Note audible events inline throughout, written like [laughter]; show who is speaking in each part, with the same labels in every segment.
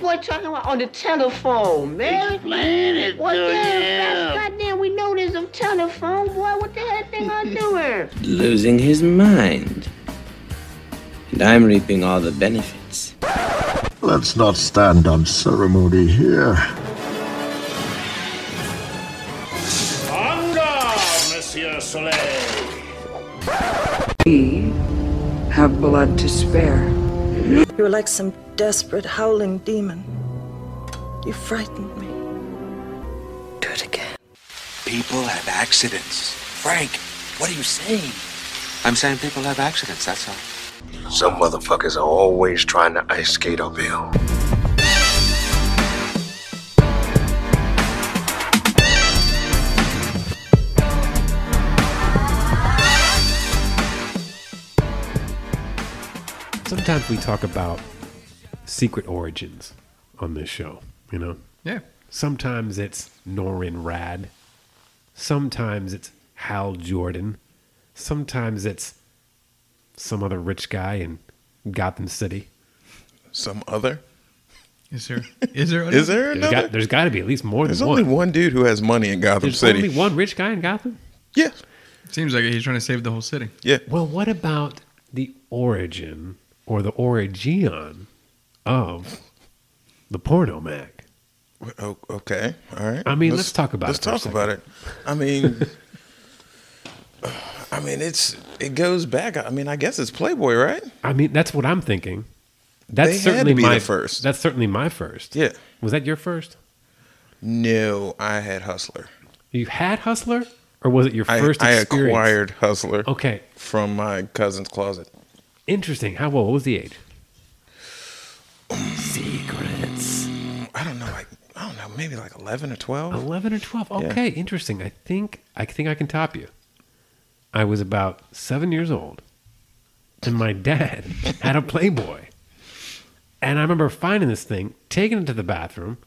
Speaker 1: boy talking about on the telephone, man.
Speaker 2: Explain it
Speaker 1: Well,
Speaker 2: to
Speaker 1: yeah,
Speaker 2: you.
Speaker 1: God- goddamn, we know there's a telephone, boy. What the hell they gonna do here?
Speaker 3: losing his mind. And I'm reaping all the benefits.
Speaker 4: Let's not stand on ceremony here.
Speaker 2: En garde, Monsieur Soleil.
Speaker 5: We have blood to spare.
Speaker 6: You were like some desperate howling demon. You frightened me.
Speaker 5: Do it again.
Speaker 7: People have accidents. Frank, what are you saying? I'm saying people have accidents, that's all.
Speaker 8: Some motherfuckers are always trying to ice skate uphill.
Speaker 9: Sometimes we talk about secret origins on this show, you know?
Speaker 10: Yeah.
Speaker 9: Sometimes it's Norin Rad. Sometimes it's Hal Jordan. Sometimes it's some other rich guy in Gotham City.
Speaker 10: Some other?
Speaker 11: Is there?
Speaker 10: Is there?
Speaker 11: Is there
Speaker 9: There's
Speaker 11: another?
Speaker 9: got, there's got to be at least more
Speaker 11: There's
Speaker 9: than
Speaker 11: only
Speaker 9: one.
Speaker 11: one dude who has money in Gotham
Speaker 9: There's
Speaker 11: City.
Speaker 9: only one rich guy in Gotham?
Speaker 11: Yeah,
Speaker 10: Seems like he's trying to save the whole city.
Speaker 11: yeah.
Speaker 9: Well, what about the origin or the origin of the porno mac?
Speaker 11: O- Okay, all right.
Speaker 9: I mean, let's talk about
Speaker 11: let's
Speaker 9: it for a
Speaker 11: talk about it. I mean, [sighs] I mean, it's it goes back. I mean, I guess it's Playboy, right?
Speaker 9: I mean, that's what I'm thinking. That's
Speaker 11: They had to
Speaker 9: certainly
Speaker 11: be
Speaker 9: my
Speaker 11: the first.
Speaker 9: That's certainly my first.
Speaker 11: Yeah.
Speaker 9: Was that your first?
Speaker 11: No, I had Hustler.
Speaker 9: You had Hustler, or was it your
Speaker 11: I,
Speaker 9: first
Speaker 11: I
Speaker 9: experience? Oh.
Speaker 11: acquired Hustler
Speaker 9: Okay,
Speaker 11: from my cousin's closet.
Speaker 9: interesting. How old? What was the age? Secrets.
Speaker 11: I don't know, like I don't know, maybe like eleven or twelve.
Speaker 9: Eleven or twelve.
Speaker 11: Oh. Yeah.
Speaker 9: Okay, interesting. I think I think I can top you. I was about seven years old, and my dad [laughs] had a Playboy, and I remember finding this thing, taking it to the bathroom,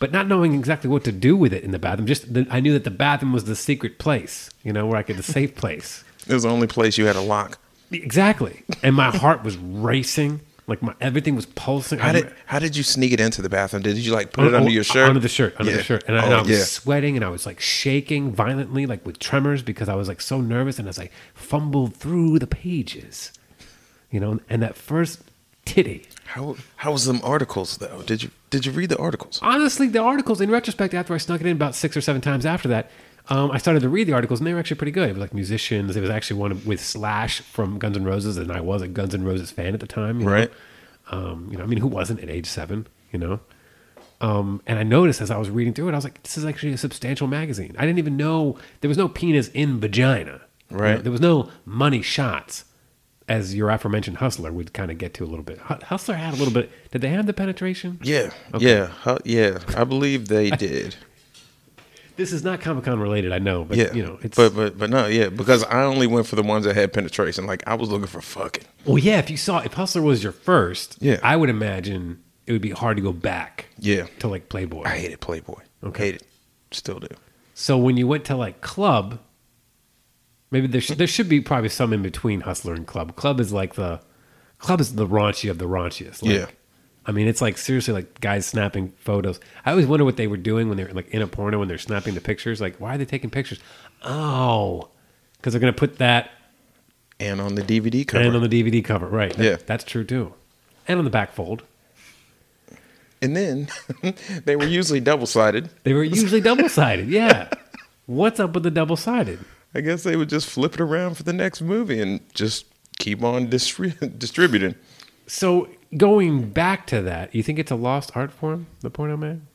Speaker 9: but not knowing exactly what to do with it in the bathroom. Just the, I knew that the bathroom was the secret place, you know, where I could the safe
Speaker 11: [laughs]
Speaker 9: place.
Speaker 11: It was the only place you had a lock.
Speaker 9: Exactly. And my heart was racing. Like my everything was pulsing.
Speaker 11: How
Speaker 9: I
Speaker 11: did
Speaker 9: remember-
Speaker 11: how did you sneak it into the bathroom? Did you like put it
Speaker 9: Um, Oh,
Speaker 11: under
Speaker 9: oh,
Speaker 11: your shirt?
Speaker 9: Under the shirt. Under
Speaker 11: Yeah.
Speaker 9: the shirt. And I,
Speaker 11: Oh,
Speaker 9: and I was
Speaker 11: yeah.
Speaker 9: sweating and I was like shaking violently, like with tremors, because I was like so nervous and as I fumbled through the pages. You know, and that first titty.
Speaker 11: How how was them articles though? Did you did you read the articles?
Speaker 9: Honestly, the articles in retrospect, after I snuck it in about six or seven times after that, um, I started to read the articles and they were actually pretty good. It was like musicians. It was actually one with Slash from Guns N' Roses, and I was a Guns N' Roses fan at the time. you know?
Speaker 11: Right.
Speaker 9: Um, you know, I mean, who wasn't at age seven? You know. Um, and I noticed as I was reading through it, I was like, "This is actually a substantial magazine." I didn't even know there was no penis in vagina. You know,
Speaker 11: Right.
Speaker 9: there was no money shots, as your aforementioned hustler would kind of get to a little bit. Hu- Hustler had a little bit. Did they have the penetration?
Speaker 11: Yeah,
Speaker 9: Okay.
Speaker 11: yeah, huh, yeah. I
Speaker 9: [laughs]
Speaker 11: believe they did.
Speaker 9: This is not Comic Con related, I know, but
Speaker 11: yeah,
Speaker 9: you know, it's
Speaker 11: but but but no, yeah, because I only went for the ones that had penetration. Like I was looking for fucking.
Speaker 9: well, yeah. If you saw if Hustler was your first,
Speaker 11: Yeah.
Speaker 9: I would imagine it would be hard to go back,
Speaker 11: Yeah.
Speaker 9: to like Playboy.
Speaker 11: I hated Playboy.
Speaker 9: Okay.
Speaker 11: Hate it. Still do.
Speaker 9: So when you went to like club, maybe there should, there should be probably some in between hustler and club. Club is like the club is the raunchy of the raunchiest. Like,
Speaker 11: Yeah.
Speaker 9: I mean, it's like seriously like guys snapping photos. I always wonder what they were doing when they're like in a porno when they're snapping the pictures. Like, why are they taking pictures? Oh, because they're gonna put that
Speaker 11: And on the DVD cover.
Speaker 9: and on the DVD cover, right? That-
Speaker 11: Yeah.
Speaker 9: that's true too. And on the back fold,
Speaker 11: And then [laughs] they were usually double sided.
Speaker 9: they were usually double sided.
Speaker 11: [laughs]
Speaker 9: Yeah, what's up with the double sided?
Speaker 11: I guess they would just flip it around for the next movie and just keep on distri- [laughs] distributing.
Speaker 9: So going back to that, you think it's a lost art form, the porno man,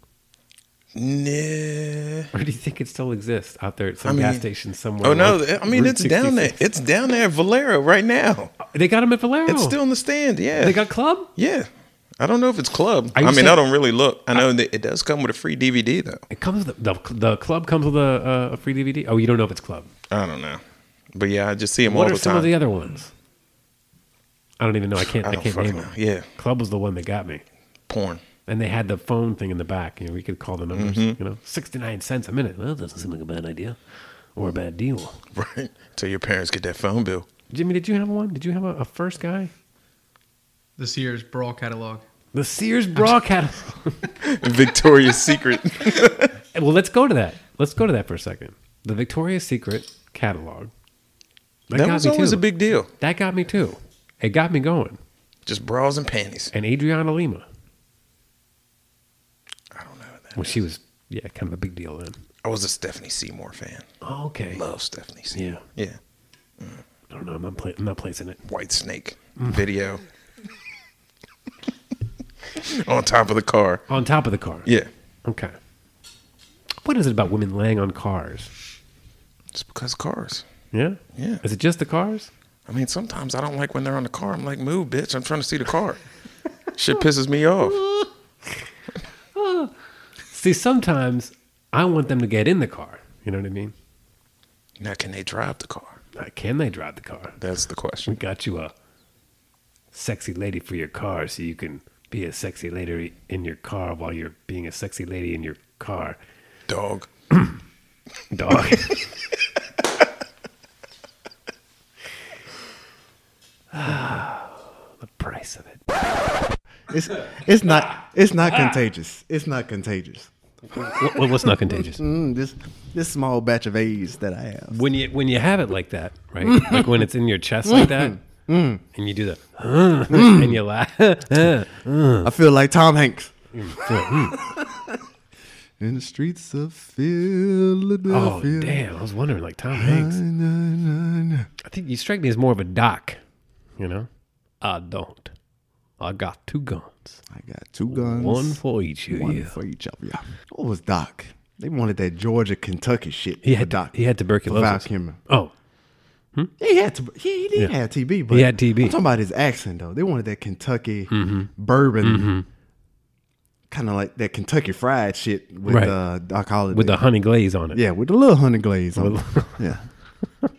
Speaker 11: Nah.
Speaker 9: or do you think it still exists out there at some
Speaker 11: I mean-
Speaker 9: gas station somewhere?
Speaker 11: Oh no!
Speaker 9: like
Speaker 11: I mean,
Speaker 9: Route
Speaker 11: it's down there.
Speaker 9: 66?
Speaker 11: It's down there, at Valero, right now.
Speaker 9: They got them at Valero.
Speaker 11: It's still in the stand. Yeah,
Speaker 9: Oh. They got club.
Speaker 11: yeah. I don't know if it's club.
Speaker 9: Are
Speaker 11: I
Speaker 9: you
Speaker 11: mean, I
Speaker 9: saying-
Speaker 11: don't really look. I know that it does come with a free DVD though.
Speaker 9: It comes with the, the, the club comes with a, uh, a free DVD. Oh, you don't know if it's club.
Speaker 11: I don't know, but yeah, I just see them all
Speaker 9: what
Speaker 11: the
Speaker 9: are some
Speaker 11: time.
Speaker 9: of the other ones? I don't even know. I can't.
Speaker 11: I
Speaker 9: I,
Speaker 11: don't
Speaker 9: can't
Speaker 11: fucking
Speaker 9: name
Speaker 11: know.
Speaker 9: them.
Speaker 11: Yeah,
Speaker 9: Club was the one that got me,
Speaker 11: porn. [laughs]
Speaker 9: and they had the phone thing in the back. You know, we could call the numbers.
Speaker 11: Mm-hmm.
Speaker 9: You know, sixty nine cents a minute. Well, that doesn't seem like a bad idea or a bad deal.
Speaker 11: Right. Till your parents get that phone bill.
Speaker 9: Jimmy, did you have one? Did you have a, a first guy?
Speaker 10: This year's Brawl catalog.
Speaker 9: The Sears bra catalog.
Speaker 12: Victoria's
Speaker 9: [laughs]
Speaker 12: Secret.
Speaker 9: well, let's go to that. Let's go to that for a second. The Victoria's Secret catalog.
Speaker 12: That was always
Speaker 9: too.
Speaker 12: a big deal.
Speaker 9: That got me too. It got me going.
Speaker 12: Just bras and panties.
Speaker 9: And Adriana Lima. I don't know. well, she was yeah, kind of a big deal then.
Speaker 12: I was a Stephanie Seymour fan.
Speaker 9: Oh, okay.
Speaker 12: Love Stephanie
Speaker 9: Yeah.
Speaker 12: Seymour. Yeah.
Speaker 9: I don't know. I'm not, pla- I'm not placing it.
Speaker 12: White Snake
Speaker 11: Mm.
Speaker 12: video. [laughs] on top of the car.
Speaker 9: On top of the car.
Speaker 12: Yeah.
Speaker 9: Okay. What is it about women laying on cars?
Speaker 12: It's because cars.
Speaker 9: Yeah.
Speaker 12: Yeah.
Speaker 9: Is it just the cars?
Speaker 12: I mean, sometimes I don't like when they're on the car. I'm like, move, bitch. I'm trying to see the [laughs] car. Shit pisses me off.
Speaker 9: See, sometimes I want them to get in the car. You know what I mean?
Speaker 12: Now, can they drive the car?
Speaker 9: Like, can they drive the car?
Speaker 12: That's the
Speaker 9: We
Speaker 12: question.
Speaker 9: got you a sexy lady for your car so you can be a sexy lady in your car while you're being a sexy lady in your car.
Speaker 12: Dog.
Speaker 9: Dog. [sighs] the price of it.
Speaker 11: It's it's not it's not contagious. It's not contagious.
Speaker 9: What, what- what's not contagious?
Speaker 11: Mm, this this small batch of A's that I have.
Speaker 9: When you when you have it like that, right? like when it's in your chest like that, and you do the [laughs] and you laugh. [laughs]
Speaker 11: I feel like Tom [laughs] Hanks. In the streets of Philadelphia.
Speaker 9: oh damn! I was wondering, like Tom Hanks. I think you strike me as more of a doc. You know, I don't. I got two guns,
Speaker 11: I got two guns.
Speaker 9: one for each of
Speaker 11: one
Speaker 9: you.
Speaker 11: for each of you. What was Doc? They wanted that Georgia Kentucky shit.
Speaker 9: He
Speaker 11: for
Speaker 9: had
Speaker 11: Doc.
Speaker 9: he had tuberculosis.
Speaker 11: Val Kilmer.
Speaker 9: Oh,
Speaker 11: Yeah, he had to, he, he did
Speaker 9: Yeah.
Speaker 11: have TB, but
Speaker 9: had TB.
Speaker 11: I'm talking about his accent though. They wanted that Kentucky bourbon, kind of like that Kentucky fried shit with
Speaker 9: Right.
Speaker 11: uh, Doc Holliday.
Speaker 9: with the honey glaze on it.
Speaker 11: yeah, with a little honey glaze on. it. yeah, [laughs]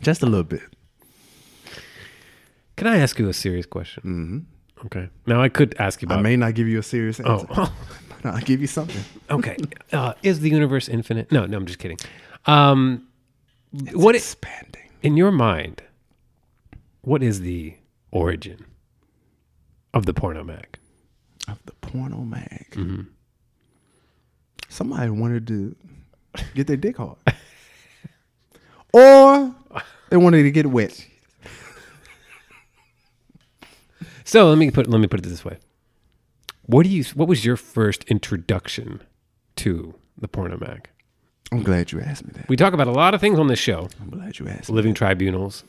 Speaker 11: just a little bit.
Speaker 9: Can I ask you a serious question? Mm-hmm. Okay. Now I could ask you
Speaker 11: I
Speaker 9: about.
Speaker 11: may not give you a serious answer,
Speaker 9: Uh,
Speaker 11: [laughs]
Speaker 9: oh,
Speaker 11: but I'll give you something.
Speaker 9: [laughs] okay. Uh, is the universe infinite? No, no. I'm just kidding. Um, what i-
Speaker 11: Expanding.
Speaker 9: in your mind? What is the origin of the porno mag?
Speaker 11: of the porno mag.
Speaker 9: Mm-hmm.
Speaker 11: Somebody wanted to get their dick hard, [laughs] or they wanted to get wet.
Speaker 9: So let me put let me put it this way. What do you what was your first introduction to the porno mag?
Speaker 11: I'm glad you asked me that.
Speaker 9: We talk about a lot of things on this show.
Speaker 11: I'm glad you asked. me.
Speaker 9: Living tribunals,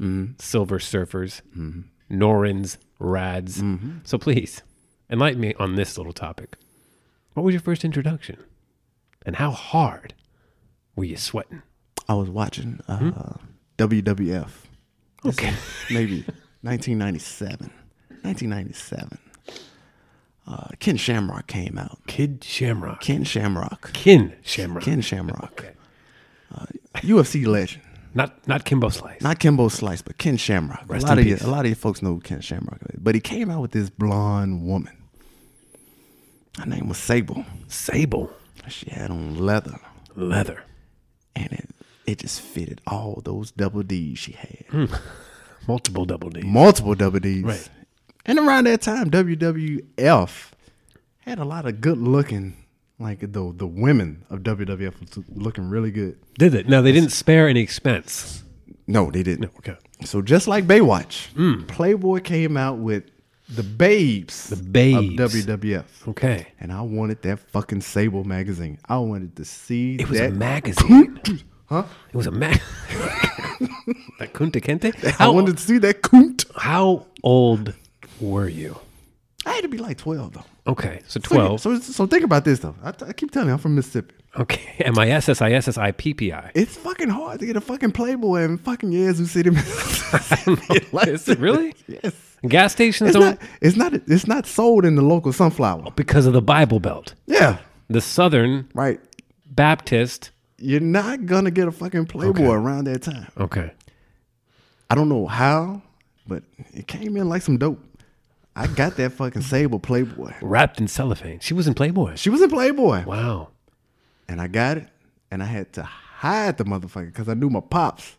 Speaker 11: Mm-hmm.
Speaker 9: silver surfers, Norins, rads.
Speaker 11: Mm-hmm.
Speaker 9: So please enlighten me on this little topic. What was your first introduction? And how hard were you sweating?
Speaker 11: I was watching uh, WWF,
Speaker 9: Hmm? Okay.
Speaker 11: maybe
Speaker 9: [laughs]
Speaker 11: 1997, 1997. Uh, Ken Shamrock came out.
Speaker 9: Kid Shamrock.
Speaker 11: Ken Shamrock.
Speaker 9: Kin Shamrock.
Speaker 11: Ken Shamrock,
Speaker 9: Okay.
Speaker 11: UFC legend.
Speaker 9: Not not Kimbo Slice.
Speaker 11: Not Kimbo Slice, but Ken Shamrock.
Speaker 9: Rest
Speaker 11: a lot
Speaker 9: in
Speaker 11: of you,
Speaker 9: peace.
Speaker 11: a lot of you folks know who Ken Shamrock is, but he came out with this blonde woman. Her name was Sable.
Speaker 9: Sable.
Speaker 11: She had on leather,
Speaker 9: Leather.
Speaker 11: and it it just fitted all those double D's she had,
Speaker 9: Hmm. [laughs] Multiple double D.
Speaker 11: multiple double D's.
Speaker 9: Right.
Speaker 11: And around that time, WWF had a lot of good looking, like the the women of WWF was looking really good.
Speaker 9: Did it? No, they didn't spare any expense.
Speaker 11: No, they didn't.
Speaker 9: Okay.
Speaker 11: So just like Baywatch,
Speaker 9: Mm.
Speaker 11: Playboy came out with the babes, the
Speaker 9: babes.
Speaker 11: of WWF,
Speaker 9: Okay.
Speaker 11: and I wanted that fucking Sable magazine. I wanted to see
Speaker 9: It was
Speaker 11: that.
Speaker 9: a magazine. huh? It was a mag. [laughs] that Kunta Kente?
Speaker 11: [laughs] I
Speaker 9: How,
Speaker 11: wanted to see that coont.
Speaker 9: how old were you?
Speaker 11: I had to be like twelve though.
Speaker 9: Okay. So
Speaker 11: So-
Speaker 9: 12.
Speaker 11: So, so, think about this though. I, I keep telling you, I'm from Mississippi.
Speaker 9: okay. [laughs] M I S S I S S I P P I.
Speaker 11: It's fucking hard to get a fucking Playboy in fucking Yazoo City, [laughs] Mississippi.
Speaker 9: [laughs]
Speaker 11: Like
Speaker 9: Is it really?
Speaker 11: Yes.
Speaker 9: Gas stations
Speaker 11: It's
Speaker 9: don't.
Speaker 11: not. It's not. It's not sold in the local sunflower.
Speaker 9: because of the Bible Belt.
Speaker 11: Yeah.
Speaker 9: The Southern
Speaker 11: Right.
Speaker 9: Baptist.
Speaker 11: You're not gonna get a fucking Playboy
Speaker 9: Okay.
Speaker 11: around that time.
Speaker 9: Okay.
Speaker 11: I don't know how, but it came in like some dope. I got that fucking Sable Playboy.
Speaker 9: Wrapped in cellophane. She was in Playboy.
Speaker 11: [laughs] She was in Playboy,
Speaker 9: Wow.
Speaker 11: and I got it, and I had to hide the motherfucker because I knew my pops.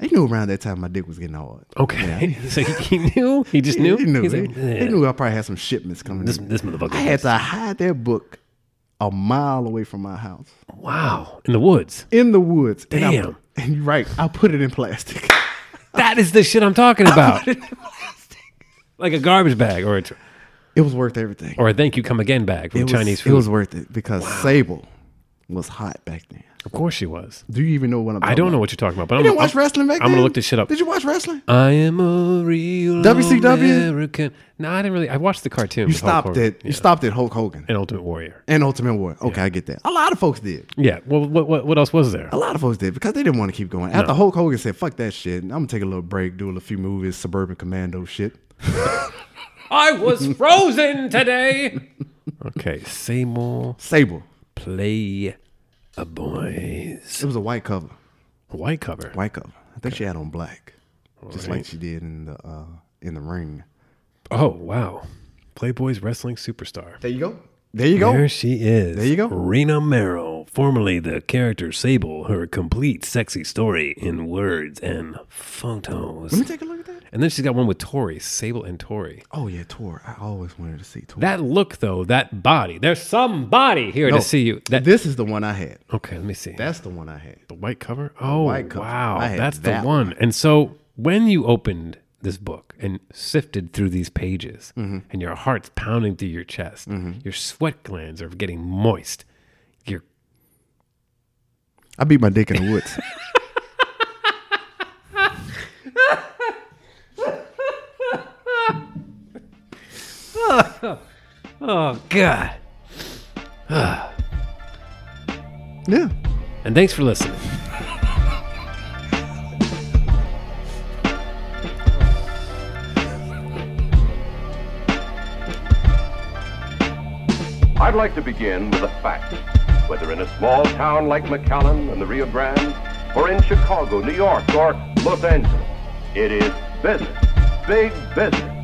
Speaker 11: I knew around that time my dick was getting hard.
Speaker 9: Okay. [laughs] So he knew? Oh, He just knew?
Speaker 11: He knew.
Speaker 9: He's
Speaker 11: He,
Speaker 9: like, "Yeah."
Speaker 11: he knew I probably had some shipments coming.
Speaker 9: This-
Speaker 11: in.
Speaker 9: this motherfucker
Speaker 11: I had
Speaker 9: knows.
Speaker 11: to hide that book a mile away from my house.
Speaker 9: Wow. In the woods.
Speaker 11: In the woods. And, I,
Speaker 9: Damn.
Speaker 11: and you're right. I put it in plastic. [laughs]
Speaker 9: That is the shit I'm talking about. like a garbage bag or a tr-
Speaker 11: It was worth everything.
Speaker 9: or a thank you come again bag from
Speaker 11: it was,
Speaker 9: Chinese food.
Speaker 11: It was worth it because Sable was hot back then.
Speaker 9: Of course she was.
Speaker 11: Do you even know what I'm talking
Speaker 9: I don't know
Speaker 11: about?
Speaker 9: what you're talking about, but
Speaker 11: You
Speaker 9: I'm
Speaker 11: didn't
Speaker 9: gonna-
Speaker 11: watch wrestling back
Speaker 9: I'm gonna
Speaker 11: then?
Speaker 9: look this shit up.
Speaker 11: Did you watch wrestling?
Speaker 9: I am a real
Speaker 11: WCW?
Speaker 9: American. No, I didn't really. I watched the cartoon.
Speaker 11: You
Speaker 9: with Hulk
Speaker 11: stopped
Speaker 9: Hogan.
Speaker 11: at you stopped at Hulk Hogan
Speaker 9: and Ultimate Warrior.
Speaker 11: and Ultimate War. Okay, I get that. A lot of folks did.
Speaker 9: Yeah. Well, what what, what else was there?
Speaker 11: A lot of folks did because they didn't want to keep going. After Hulk Hogan said, "Fuck that shit," I'm gonna take a little break, do a few movies, Suburban Commando shit.
Speaker 9: I was [laughs] frozen today. okay, Seymour.
Speaker 11: Sable.
Speaker 9: Play a boys.
Speaker 11: It was a white cover.
Speaker 9: White cover.
Speaker 11: White cover. I think she had on black, just
Speaker 9: Alright.
Speaker 11: like she did in the uh, in the ring.
Speaker 9: Oh wow, Playboy's wrestling superstar.
Speaker 11: There you go. There you go.
Speaker 9: There she is.
Speaker 11: There you go.
Speaker 9: Rena Merrill, formerly the character Sable, her complete sexy story in words and photos.
Speaker 11: Let me take a look at that.
Speaker 9: And then she's got one with Tori, Sable and Tori.
Speaker 11: Oh yeah, Tor. I always wanted to see Tor.
Speaker 9: That look though, that body. There's somebody here
Speaker 11: No.
Speaker 9: to see you. That
Speaker 11: this is the one I had.
Speaker 9: okay. Let me see.
Speaker 11: That's the one I had.
Speaker 9: the white cover. Oh
Speaker 11: white cover.
Speaker 9: wow,
Speaker 11: I had
Speaker 9: that's
Speaker 11: that
Speaker 9: the one. And so when you opened this book and sifted through these pages,
Speaker 11: Mm-hmm.
Speaker 9: and your heart's pounding through your chest, your sweat glands are getting moist. Your
Speaker 11: I beat my dick in
Speaker 9: [laughs]
Speaker 11: the woods.
Speaker 9: oh god.
Speaker 11: yeah.
Speaker 9: And thanks for listening.
Speaker 7: I'd like to begin with a fact. Whether in a small town like McAllen and the Rio Grande, or in Chicago, New York, or Los Angeles, it is business, big business.